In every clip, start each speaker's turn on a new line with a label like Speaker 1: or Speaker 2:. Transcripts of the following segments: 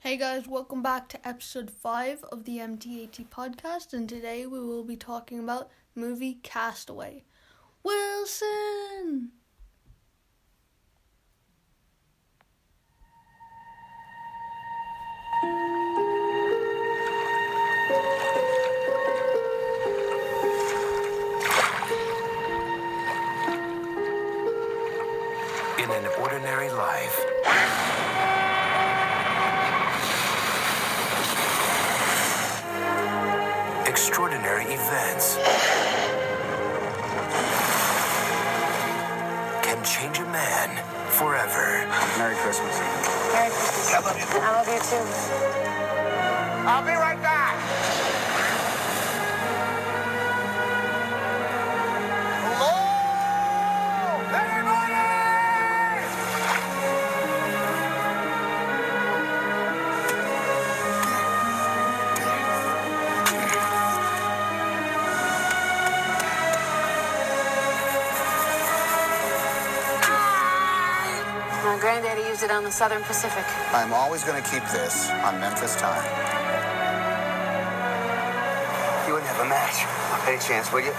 Speaker 1: Hey guys, welcome back to episode 5 of the MT80 podcast, and today we will be talking about movie Castaway. Wilson!
Speaker 2: in an ordinary life. Extraordinary events can change a man forever.
Speaker 3: Merry Christmas.
Speaker 4: Merry Christmas. I love you. I love you too.
Speaker 3: I'll be right back. Hello, everybody!
Speaker 4: My granddaddy used it on the Southern Pacific.
Speaker 3: I'm always going to keep this on Memphis time. You wouldn't have a match. on Any chance, would you?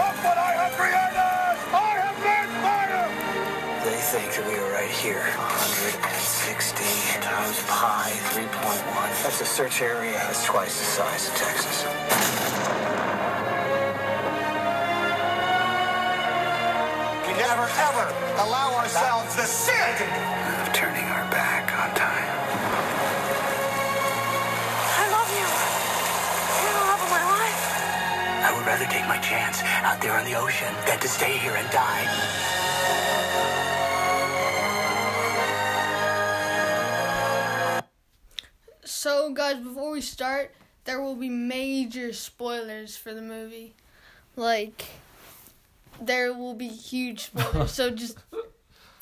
Speaker 3: Look what I have created! I have made fire!
Speaker 2: They think we are right here. 160 times pi 3.1. That's a search area that's twice the size of Texas.
Speaker 3: We never ever allow ourselves the sin!
Speaker 2: Of turning our back on time.
Speaker 4: I love you. You're the love of my life.
Speaker 2: I would rather take my chance out there on the ocean than to stay here and die.
Speaker 1: So, guys, before we start, there will be major spoilers for the movie. Like, there will be huge spoilers, so just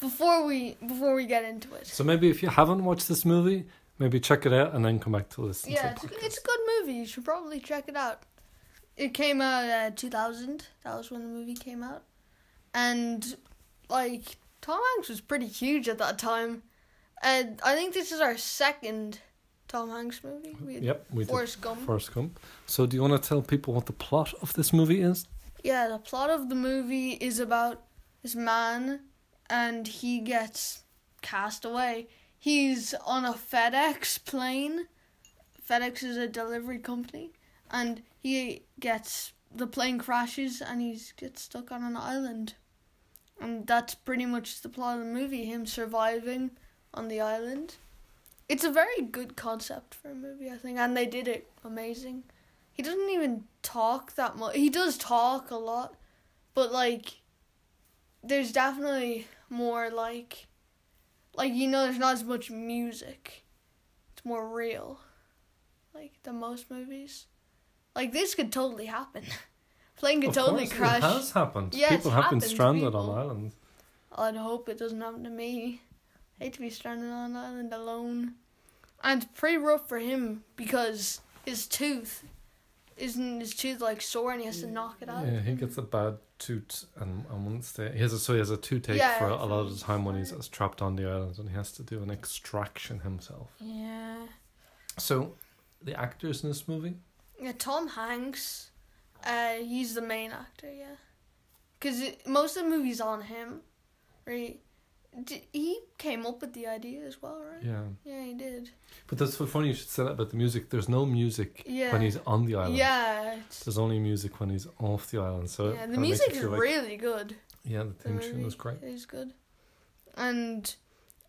Speaker 1: before we before we get into it.
Speaker 5: So maybe if you haven't watched this movie, maybe check it out and then come back to listen
Speaker 1: Yeah,
Speaker 5: to
Speaker 1: it's
Speaker 5: it.
Speaker 1: a, it's a good movie. You should probably check it out. It came out uh, 2000. That was when the movie came out. And, like, Tom Hanks was pretty huge at that time. And I think this is our second Tom Hanks movie. We had
Speaker 5: Yep, we
Speaker 1: Forrest
Speaker 5: did
Speaker 1: Gump.
Speaker 5: Forrest Gump. So do you want to tell people what the plot of this movie is?
Speaker 1: Yeah, the plot of the movie is about this man and he gets cast away. He's on a FedEx plane. FedEx is a delivery company and he gets the plane crashes and he gets stuck on an island. And that's pretty much the plot of the movie, him surviving on the island. It's a very good concept for a movie, I think, and they did it amazing he doesn't even talk that much. He does talk a lot, but like, there's definitely more like, like you know, there's not as much music. It's more real, like than most movies. Like this could totally happen. Plane could
Speaker 5: Of
Speaker 1: totally
Speaker 5: course,
Speaker 1: crash.
Speaker 5: It has happened.
Speaker 1: Yeah, it's
Speaker 5: people have
Speaker 1: happened
Speaker 5: been
Speaker 1: to
Speaker 5: stranded
Speaker 1: people.
Speaker 5: on islands.
Speaker 1: I'd hope it doesn't happen to me. I hate to be stranded on an island alone. And it's pretty rough for him because his tooth isn't his tooth like sore and he has to knock it out.
Speaker 5: Mm, Yeah, he gets a bad toot and, and once they, he has a, so he has a toothache
Speaker 1: Yeah,
Speaker 5: for a,
Speaker 1: for-
Speaker 5: lot of the time when he's trapped on the island and he has to do an extraction himself.
Speaker 1: Yeah.
Speaker 5: So the actors in this movie,
Speaker 1: Yeah, Tom Hanks, uh, he's the main actor, yeah. Because most of the movie's on him, right? D- he came up with the idea as well, right?
Speaker 5: yeah.
Speaker 1: Yeah, he did.
Speaker 5: But that's so funny you should say that about the music. There's no music
Speaker 1: Yeah.
Speaker 5: when he's on the island.
Speaker 1: Yeah, it's-
Speaker 5: There's only music when he's off the island. So it
Speaker 1: yeah. The
Speaker 5: kinda makes you
Speaker 1: music is
Speaker 5: feel like-
Speaker 1: really good.
Speaker 5: Yeah, the theme tune was great.
Speaker 1: It was good. And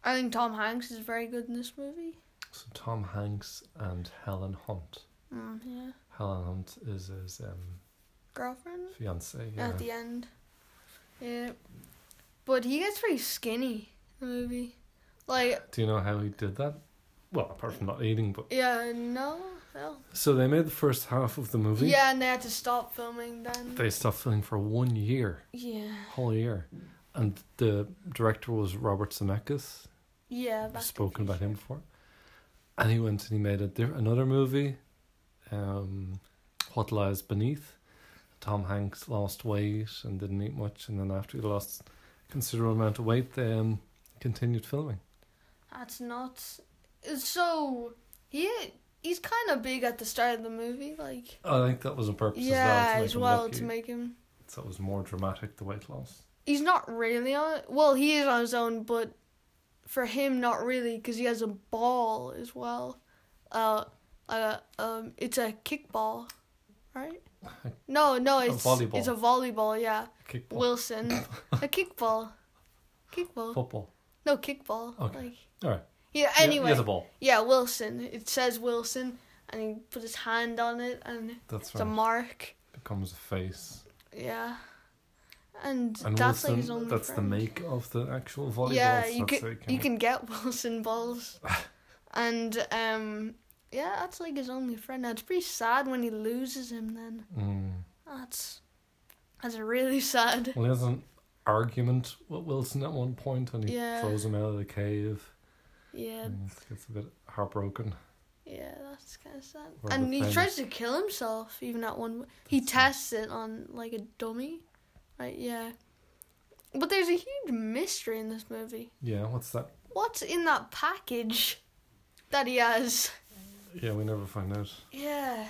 Speaker 1: I think Tom Hanks is very good in this movie.
Speaker 5: So Tom Hanks and Helen Hunt.
Speaker 1: Mm, yeah.
Speaker 5: Helen Hunt is his um,
Speaker 1: Girlfriend
Speaker 5: fiance. Yeah.
Speaker 1: at the end. Yeah. But he gets pretty skinny in the movie. Like,
Speaker 5: Do you know how he did that? Well, apart from not eating, but
Speaker 1: yeah, no, no.
Speaker 5: so they made the first half of the movie.
Speaker 1: Yeah, and they had to stop filming then.
Speaker 5: They stopped filming for one year,
Speaker 1: yeah.
Speaker 5: whole year, and the director was Robert Zemeckis.
Speaker 1: Yeah. back
Speaker 5: We've
Speaker 1: to
Speaker 5: spoken
Speaker 1: the
Speaker 5: about him before, and he went and he made a diff- another movie, um, What Lies Beneath. Tom Hanks lost weight and didn't eat much, and then after he lost considerable amount of weight, then continued filming.
Speaker 1: That's nuts. So he he's kind of big at the start of the movie, like
Speaker 5: I think that was on purpose
Speaker 1: yeah,
Speaker 5: as
Speaker 1: as well
Speaker 5: well. To make him
Speaker 1: to make
Speaker 5: look-
Speaker 1: him.
Speaker 5: so it was more dramatic the weight loss.
Speaker 1: He's not really on. Well, he is on his own, but for him, not really, because he has a ball as well. Uh, uh, um, it's a kickball, right? No, no, it's
Speaker 5: volleyball.
Speaker 1: it's a volleyball. Yeah,
Speaker 5: Kickball,
Speaker 1: Wilson, a kickball, kickball.
Speaker 5: football.
Speaker 1: No, kickball.
Speaker 5: Okay.
Speaker 1: Like
Speaker 5: All right.
Speaker 1: yeah.
Speaker 5: Yeah,
Speaker 1: Anyway,
Speaker 5: he has a ball.
Speaker 1: Yeah, Wilson. It says Wilson, and he put his hand on it, and
Speaker 5: That's
Speaker 1: it's
Speaker 5: right.
Speaker 1: a mark.
Speaker 5: Becomes a face.
Speaker 1: Yeah, and,
Speaker 5: And
Speaker 1: that's like
Speaker 5: Wilson,
Speaker 1: his only.
Speaker 5: that's
Speaker 1: friend.
Speaker 5: the make of the actual volleyball.
Speaker 1: Yeah,
Speaker 5: so
Speaker 1: you
Speaker 5: that's how
Speaker 1: can
Speaker 5: it
Speaker 1: you
Speaker 5: out.
Speaker 1: can get Wilson balls, and um, yeah, that's like his only friend. Now it's pretty sad when he loses him. Then
Speaker 5: Mm.
Speaker 1: that's that's really sad.
Speaker 5: Well, he has an argument with Wilson at one point, and he
Speaker 1: Yeah.
Speaker 5: throws him out of the cave.
Speaker 1: Yeah,
Speaker 5: And he gets a bit heartbroken.
Speaker 1: yeah, that's kind of sad.
Speaker 5: Or
Speaker 1: and
Speaker 5: the
Speaker 1: he
Speaker 5: friend.
Speaker 1: tries to kill himself even at one. He tests it on like a dummy, right? Yeah, but there's a huge mystery in this movie.
Speaker 5: Yeah, what's that?
Speaker 1: What's in that package that he has?
Speaker 5: Yeah, we never find out.
Speaker 1: Yeah.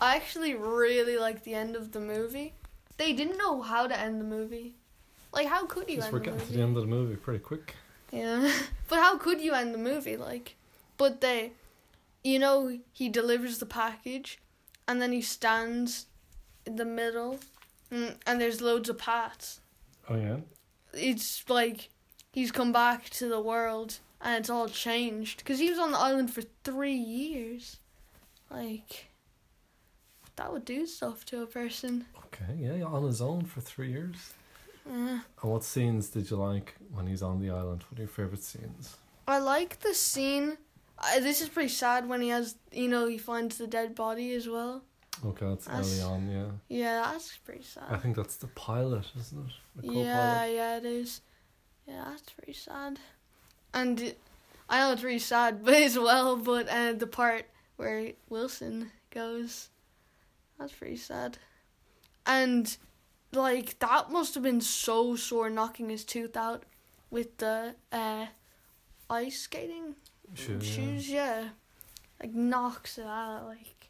Speaker 1: I actually really like the end of the movie. They didn't know how to end the movie. Like, how could you
Speaker 5: Because
Speaker 1: end
Speaker 5: we're
Speaker 1: the
Speaker 5: getting to
Speaker 1: movie?
Speaker 5: the end of the movie pretty quick.
Speaker 1: Yeah. but how could you end the movie? Like, but they, you know, he delivers the package and then he stands in the middle mm, and there's loads of paths.
Speaker 5: Oh yeah,
Speaker 1: It's like he's come back to the world and it's all changed because he was on the island for three years. Like, that would do stuff to a person.
Speaker 5: okay, yeah, yeah, on his own for three years.
Speaker 1: Yeah.
Speaker 5: And what scenes did you like when he's on the island? What are your favorite scenes?
Speaker 1: I like the scene. I, this is pretty sad when he has, you know, he finds the dead body as well.
Speaker 5: Okay, that's
Speaker 1: That's-
Speaker 5: early on. Yeah,
Speaker 1: Yeah, that's pretty sad.
Speaker 5: I think that's the pilot, isn't it? The
Speaker 1: yeah, yeah, it is. Yeah, that's pretty sad. And it- I know it's really sad, but as well, but uh, the part where Wilson goes, that's pretty sad. And like that must have been so sore knocking his tooth out with the uh, ice skating
Speaker 5: Sure, yeah.
Speaker 1: shoes. Yeah, like knocks it out. Like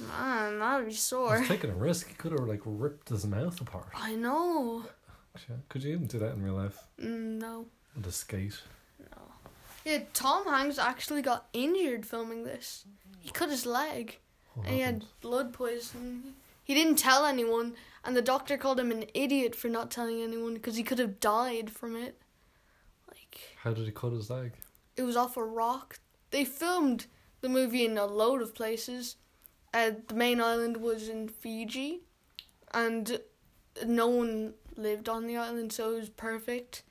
Speaker 1: man, that'd be sore.
Speaker 5: He's taking a risk. He could have like ripped his mouth apart.
Speaker 1: I know.
Speaker 5: Actually, Could you even do that in real life?
Speaker 1: Mm, No.
Speaker 5: With a skate.
Speaker 1: Yeah, Tom Hanks actually got injured filming this. He cut his leg
Speaker 5: What
Speaker 1: and he had
Speaker 5: happened?
Speaker 1: blood poisoning. He didn't tell anyone, and the doctor called him an idiot for not telling anyone because he could have died from it. Like,
Speaker 5: How did he cut his leg?
Speaker 1: it was off a rock. They filmed the movie in a load of places. Uh, the main island was in Fiji, and no one lived on the island, so it was perfect.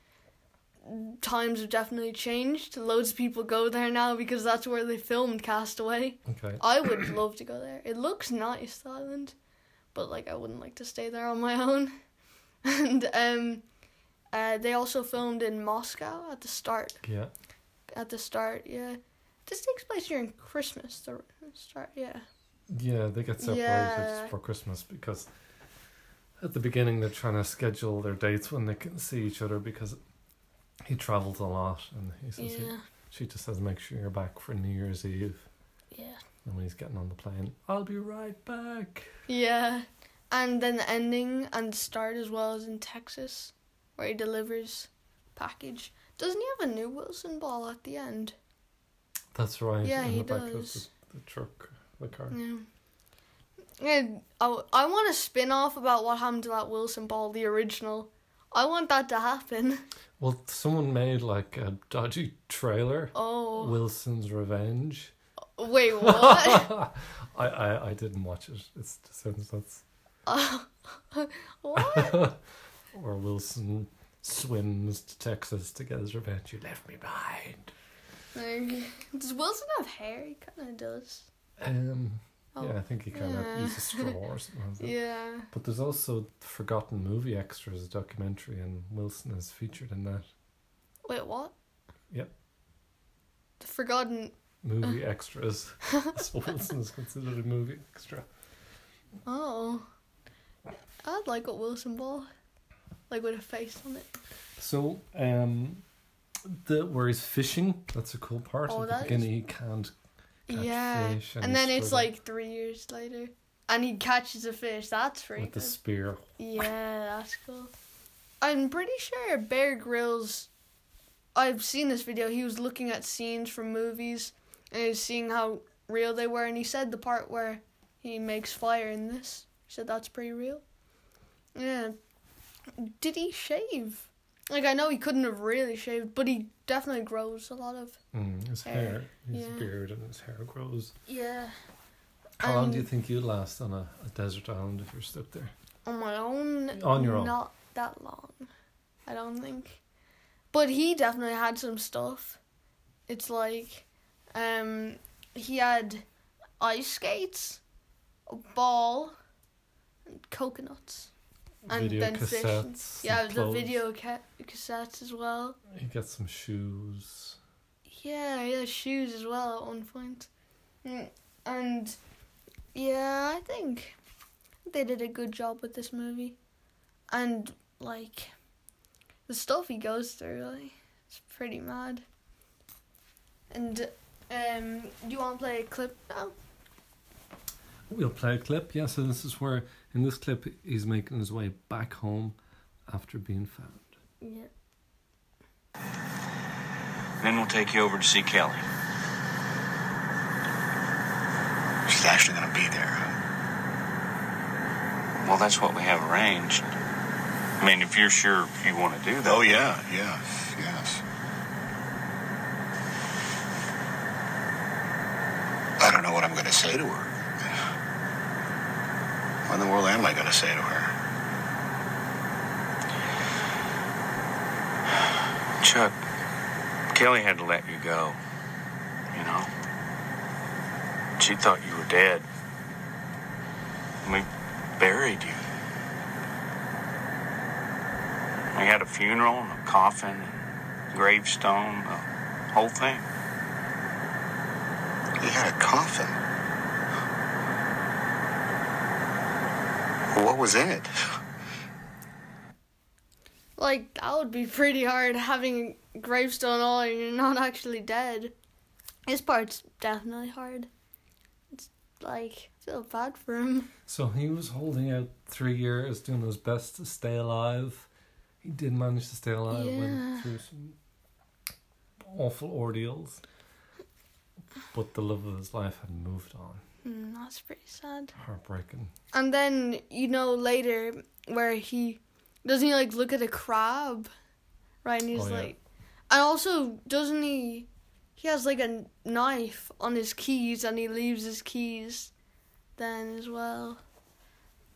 Speaker 1: Times have definitely changed. Loads of people go there now because that's where they filmed Castaway.
Speaker 5: Okay.
Speaker 1: I would love to go there. It looks nice, the island, but like I wouldn't like to stay there on my own. And um, uh, they also filmed in Moscow at the start
Speaker 5: Yeah.
Speaker 1: at the start, yeah. This takes place during Christmas, the start, yeah.
Speaker 5: Yeah, they get separated
Speaker 1: Yeah.
Speaker 5: for Christmas because at the beginning they're trying to schedule their dates when they can see each other because he travels a lot and he says he,
Speaker 1: Yeah.
Speaker 5: she just says make sure you're back for New Year's Eve.
Speaker 1: Yeah.
Speaker 5: And when he's getting on the plane, I'll be right back.
Speaker 1: Yeah. And then the ending and start as well is in Texas, where he delivers package. Doesn't he have a new Wilson ball at the end?
Speaker 5: That's right.
Speaker 1: Yeah,
Speaker 5: in
Speaker 1: he
Speaker 5: the back of the,
Speaker 1: does.
Speaker 5: the truck, the car.
Speaker 1: Yeah. Yeah, I, I want a spin off about what happened to that Wilson ball, the original. I want that to happen.
Speaker 5: Well, someone made like a dodgy trailer.
Speaker 1: Oh.
Speaker 5: Wilson's Revenge.
Speaker 1: Wait, what?
Speaker 5: I, I, I didn't watch it. It's it sounds that's
Speaker 1: what?
Speaker 5: or Wilson swims to Texas to get his revenge. You left me behind.
Speaker 1: Like, does Wilson have hair? He kind of does.
Speaker 5: Um,
Speaker 1: Oh.
Speaker 5: yeah, I think he kind of
Speaker 1: Yeah.
Speaker 5: used a straw or something. Like that.
Speaker 1: Yeah.
Speaker 5: But there's also Forgotten Movie Extras, a documentary, and Wilson is featured in that.
Speaker 1: Wait, what?
Speaker 5: Yep,
Speaker 1: The Forgotten.
Speaker 5: movie extras. so Wilson is considered a movie extra.
Speaker 1: Oh. I'd like a Wilson ball. Like with a face on it.
Speaker 5: So, um, the where he's fishing. That's a cool part.
Speaker 1: Oh,
Speaker 5: At the
Speaker 1: that
Speaker 5: beginning, he can't. catch
Speaker 1: yeah.
Speaker 5: fish
Speaker 1: and
Speaker 5: he's
Speaker 1: then it's
Speaker 5: struggling
Speaker 1: like three years later, and he catches a fish. That's freaking.
Speaker 5: with the spear.
Speaker 1: Yeah, that's cool. I'm pretty sure Bear Grylls. I've seen this video. He was looking at scenes from movies and he was seeing how real they were, and he said the part where he makes fire in this. He said that's pretty real. Yeah. Did he shave? Like I know he couldn't have really shaved, but he definitely grows a lot of.
Speaker 5: Mm, his
Speaker 1: Hair.
Speaker 5: hair, his
Speaker 1: Yeah.
Speaker 5: beard, and his hair grows.
Speaker 1: Yeah.
Speaker 5: How long do you
Speaker 1: Um,
Speaker 5: think you'd last on a, a desert island if you're stuck there?
Speaker 1: on my own.
Speaker 5: On your own.
Speaker 1: Not that long, I don't think. But he definitely had some stuff. It's like, um, he had ice skates, a ball, and coconuts, and
Speaker 5: Video
Speaker 1: then fish. and-
Speaker 5: cassettes.
Speaker 1: Yeah,
Speaker 5: and
Speaker 1: the
Speaker 5: clothes.
Speaker 1: video ca- cassettes as well.
Speaker 5: He gets some shoes.
Speaker 1: Yeah, yeah, shoes as well at one point. Mm, And yeah, I think they did a good job with this movie. And like the stuff he goes through, like, it's pretty mad. And um do you wanna play a clip now?
Speaker 5: We'll play a clip. Yeah, so this is where, in this clip, he's making his way back home after being found.
Speaker 1: Yeah.
Speaker 6: Then we'll take you over to see Kelly.
Speaker 3: She's actually gonna be there.
Speaker 6: Well, that's what we have arranged. I mean, if you're sure you want to do that.
Speaker 3: Oh yeah, yes, yes. I don't know what I'm gonna say to her. What in the world am I gonna say to her?
Speaker 6: Chuck, Kelly had to let you go. You know? She thought you were dead. And we buried you. We had a funeral and a coffin, and gravestone, the whole thing.
Speaker 3: He had a coffin. What was in it?
Speaker 1: Like that would be pretty hard having a gravestone all and you're not actually dead. This part's definitely hard. It's like I feel bad for him.
Speaker 5: So he was holding out three years, doing his best to stay alive. He did manage to stay alive, went
Speaker 1: Yeah.
Speaker 5: through some awful ordeals. But the love of his life had moved on.
Speaker 1: Mm, that's pretty sad.
Speaker 5: Heartbreaking.
Speaker 1: And then you know later where he doesn't he like look at a crab, right? And he's
Speaker 5: Oh, yeah.
Speaker 1: like, and also doesn't he? He has like a knife on his keys, and he leaves his keys, then as well.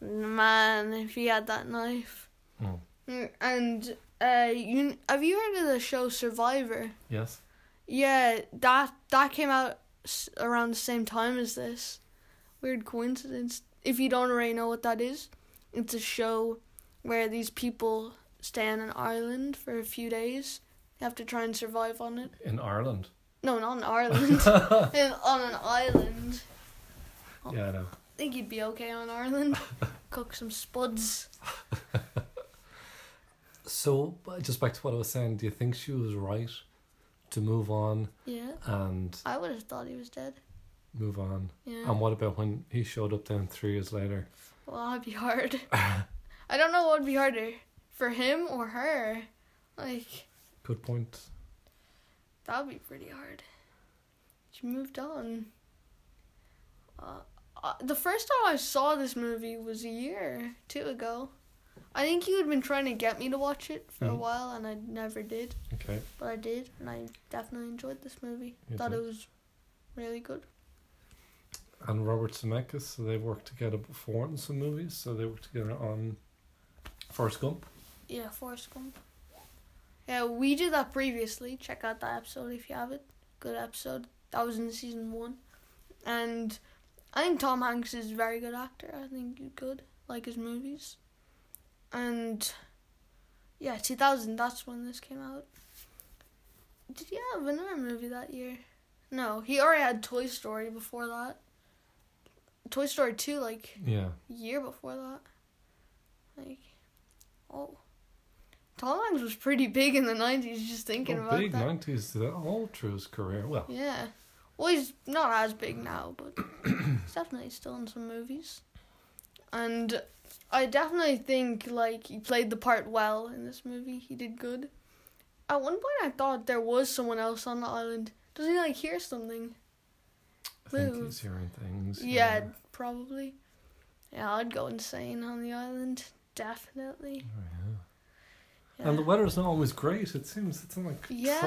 Speaker 1: Man, if he had that knife.
Speaker 5: Mm.
Speaker 1: Mm, And uh, you have you heard of the show Survivor?
Speaker 5: Yes?
Speaker 1: Yeah, that that came out s- around the same time as this. Weird coincidence. If you don't already know what that is, it's a show where these people stay on an island for a few days. They have to try and survive on it.
Speaker 5: In Ireland.
Speaker 1: No, not an island. In- on an island.
Speaker 5: Yeah, I know.
Speaker 1: I think you'd be okay on Ireland. Cook some spuds.
Speaker 5: So, but just back to what I was saying, do you think she was right to move on
Speaker 1: Yeah.
Speaker 5: and
Speaker 1: I would have thought he was dead.
Speaker 5: move on?
Speaker 1: Yeah.
Speaker 5: And what about when he showed up then three years later?
Speaker 1: Well, that'd be hard. I don't know what would be harder for him or her. Like.
Speaker 5: Good point.
Speaker 1: That would be pretty hard. She moved on. Uh, uh, the first time I saw this movie was a year, two ago. I think you had been trying to get me to watch it for a
Speaker 5: Mhm.
Speaker 1: while, and I never did,
Speaker 5: Okay.
Speaker 1: but I did, and I definitely enjoyed this movie.
Speaker 5: You
Speaker 1: Thought
Speaker 5: did.
Speaker 1: it was really good.
Speaker 5: and Robert Zemeckis. So they worked together before in some movies. So they worked together on Forrest Gump.
Speaker 1: Yeah, Forrest Gump. Yeah, we did that previously. Check out that episode if you have it. Good episode. That was in season one. And I think Tom Hanks is a very good actor. I think he's good. Like his movies. And yeah, 2000, that's when this came out. Did he have another movie that year? No, he already had Toy Story before that. Toy Story 2, like
Speaker 5: Yeah,
Speaker 1: year before that. Like, oh. Tolangs was pretty big in the 90s, just thinking
Speaker 5: Oh,
Speaker 1: about
Speaker 5: big
Speaker 1: that.
Speaker 5: 90s to all True's career. Well,
Speaker 1: Yeah. Well, he's not as big now, but he's definitely still in some movies. And I definitely think, like, he played the part well in this movie. He did good. At one point, I thought there was someone else on the island. Does he, like, hear something?
Speaker 5: I think
Speaker 1: Lou.
Speaker 5: he's hearing things.
Speaker 1: Yeah, probably. Yeah, I'd go insane on the island. Definitely. Yeah.
Speaker 5: And the weather's not always great. It seems it's not like
Speaker 1: Yeah.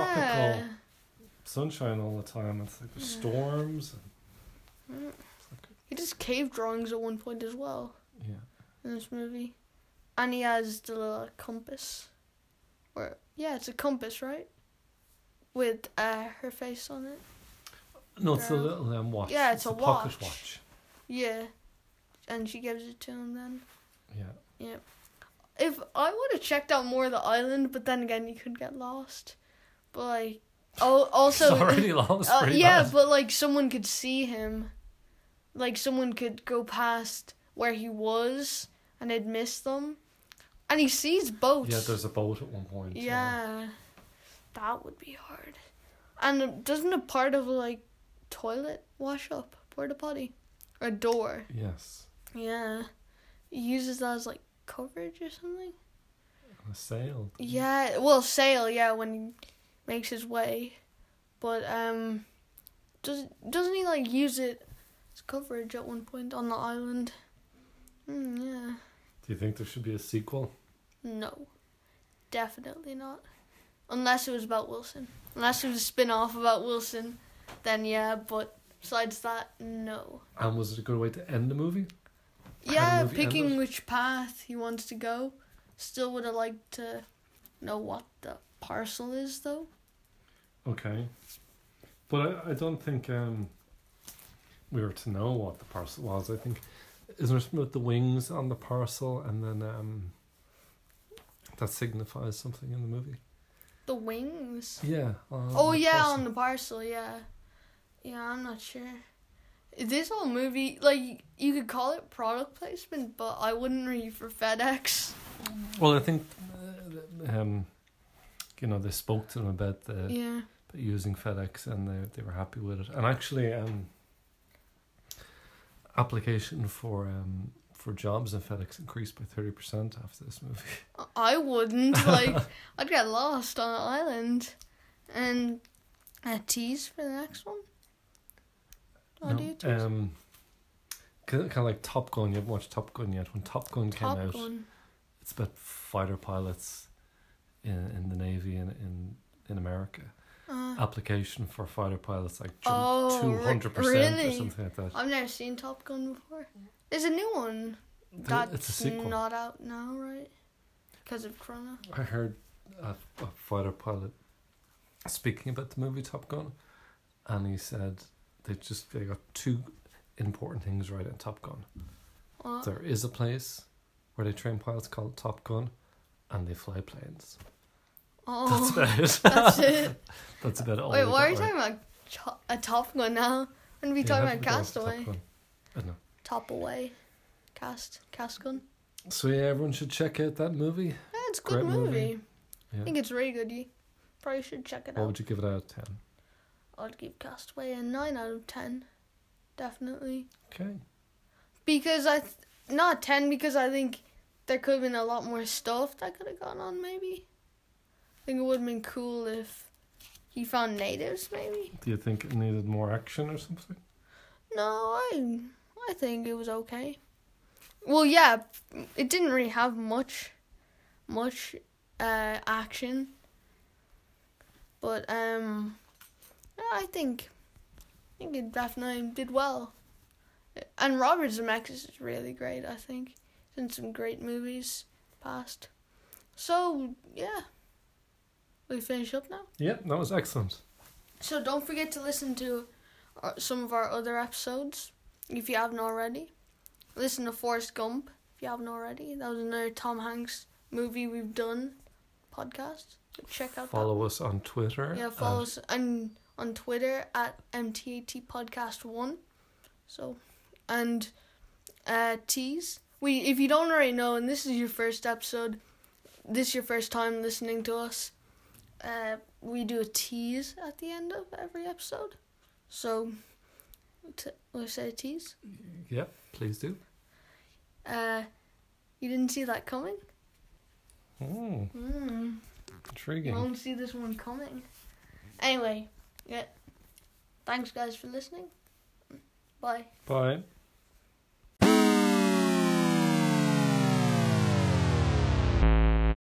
Speaker 5: tropical sunshine all the time. It's like storms.
Speaker 1: He does cave drawings at one point as well.
Speaker 5: And, yeah.
Speaker 1: in this movie. And he has the little compass. Or yeah, it's a compass, right? With uh, her face on it.
Speaker 5: No, it's a
Speaker 1: Girl.
Speaker 5: little um, watch.
Speaker 1: Yeah, it's a
Speaker 5: pocket
Speaker 1: watch.
Speaker 5: watch.
Speaker 1: Yeah. And she gives it to him then.
Speaker 5: Yeah.
Speaker 1: Yep. If I would have checked out more of the island, but then again, you could get lost. But like, oh, also,
Speaker 5: it's already lost.
Speaker 1: Uh,
Speaker 5: pretty
Speaker 1: yeah,
Speaker 5: bad.
Speaker 1: but like someone could see him. Like someone could go past where he was and they'd miss them. And he sees boats.
Speaker 5: yeah, there's a boat at one point.
Speaker 1: Yeah, that would be hard. And doesn't a part of like toilet wash up, porta potty, or a door?
Speaker 5: Yes.
Speaker 1: Yeah, he uses that as like coverage or something.
Speaker 5: And a sail.
Speaker 1: Yeah, well, sail. Yeah, when he makes his way, but um, does doesn't he like use it as coverage at one point on the island? Mm, yeah,
Speaker 5: Do you think there should be a sequel?
Speaker 1: no, definitely not. Unless it was about Wilson. Unless it was a spin off about Wilson, then yeah. But besides that, no.
Speaker 5: And was it a good way to end the movie? the
Speaker 1: Yeah,
Speaker 5: movie
Speaker 1: picking
Speaker 5: ended?
Speaker 1: which path he wants to go. Still would have liked to know what the parcel is though.
Speaker 5: Okay. But I, I don't think um, we were to know what the parcel was. I think is there something with the wings on the parcel, and then um, that signifies something in the movie.
Speaker 1: The wings.
Speaker 5: Yeah. on
Speaker 1: Oh
Speaker 5: the
Speaker 1: yeah,
Speaker 5: parcel.
Speaker 1: on the parcel, yeah. Yeah, I'm not sure. This whole movie, like you could call it product placement, but I wouldn't read for FedEx.
Speaker 5: Well, I think uh, um, you know they spoke to them about the
Speaker 1: Yeah.
Speaker 5: about using FedEx, and they they were happy with it. And actually, um, application for um, for jobs in FedEx increased by thirty percent after this movie.
Speaker 1: I wouldn't like. I'd get lost on an island, and a tease for the next one. Oh, do you tease?
Speaker 5: um, kind of like Top Gun. You haven't watched Top Gun yet. When Top Gun came
Speaker 1: Top
Speaker 5: out,
Speaker 1: Gun.
Speaker 5: it's about fighter pilots in, in the Navy in in, in America. Application for fighter pilots like
Speaker 1: Uh. Oh,
Speaker 5: two
Speaker 1: re-
Speaker 5: hundred percent or
Speaker 1: really?
Speaker 5: something like that.
Speaker 1: I've never seen Top Gun before. There's a new one. That's
Speaker 5: it's a sequel.
Speaker 1: not out now, right? Because of Corona.
Speaker 5: I heard a, a fighter pilot speaking about the movie Top Gun, and he said they just they got two important things right in Top Gun.
Speaker 1: What?
Speaker 5: There is a place where they train pilots called Top Gun, and they fly planes. That's
Speaker 1: Oh,
Speaker 5: about it.
Speaker 1: that's it.
Speaker 5: That's about all.
Speaker 1: Wait,
Speaker 5: they
Speaker 1: why are you
Speaker 5: got right.
Speaker 1: talking about cho- a Top Gun now? I'm gonna be
Speaker 5: Yeah,
Speaker 1: talking
Speaker 5: how
Speaker 1: about
Speaker 5: did we go off Top
Speaker 1: Castaway.
Speaker 5: Gun? I dunno.
Speaker 1: Top away. Cast. Cast gun.
Speaker 5: So yeah, everyone should check out that movie.
Speaker 1: Yeah, it's a good
Speaker 5: Great
Speaker 1: movie.
Speaker 5: movie. Yeah.
Speaker 1: I think it's really good. You probably should check it
Speaker 5: What
Speaker 1: out.
Speaker 5: would you give it out of ten?
Speaker 1: I'd give Castaway a 9 out of 10. Definitely.
Speaker 5: Okay.
Speaker 1: Because I. Th- not 10, because I think there could have been a lot more stuff that could have gone on, maybe. I think it would have been cool if he found natives, maybe.
Speaker 5: Do you think it needed more action or something?
Speaker 1: No, I I think it was okay. Well, yeah, it didn't really have much much uh action. But um yeah, I think I think it definitely did well. And Robert Zemeckis is really great, I think. He's in some great movies past. So, yeah. We finish up now?
Speaker 5: Yeah, that was excellent.
Speaker 1: So don't forget to listen to uh, some of our other episodes if you haven't already. Listen to Forrest Gump if you haven't already. That was another Tom Hanks movie we've done podcast. So check out
Speaker 5: Follow us on Twitter.
Speaker 1: that. Yeah,
Speaker 5: at-
Speaker 1: follow us on, on Twitter at MTAT Podcast One. So and uh tease. We if you don't already know and this is your first episode, this is your first time listening to us, uh, we do a tease at the end of every episode. So, t- we say a tease.
Speaker 5: Yeah, please do.
Speaker 1: Uh, you didn't see that coming?
Speaker 5: Oh,
Speaker 1: Mm.
Speaker 5: intriguing.
Speaker 1: Won't see this one coming. Anyway, yeah. Thanks, guys, for listening. Bye.
Speaker 5: Bye.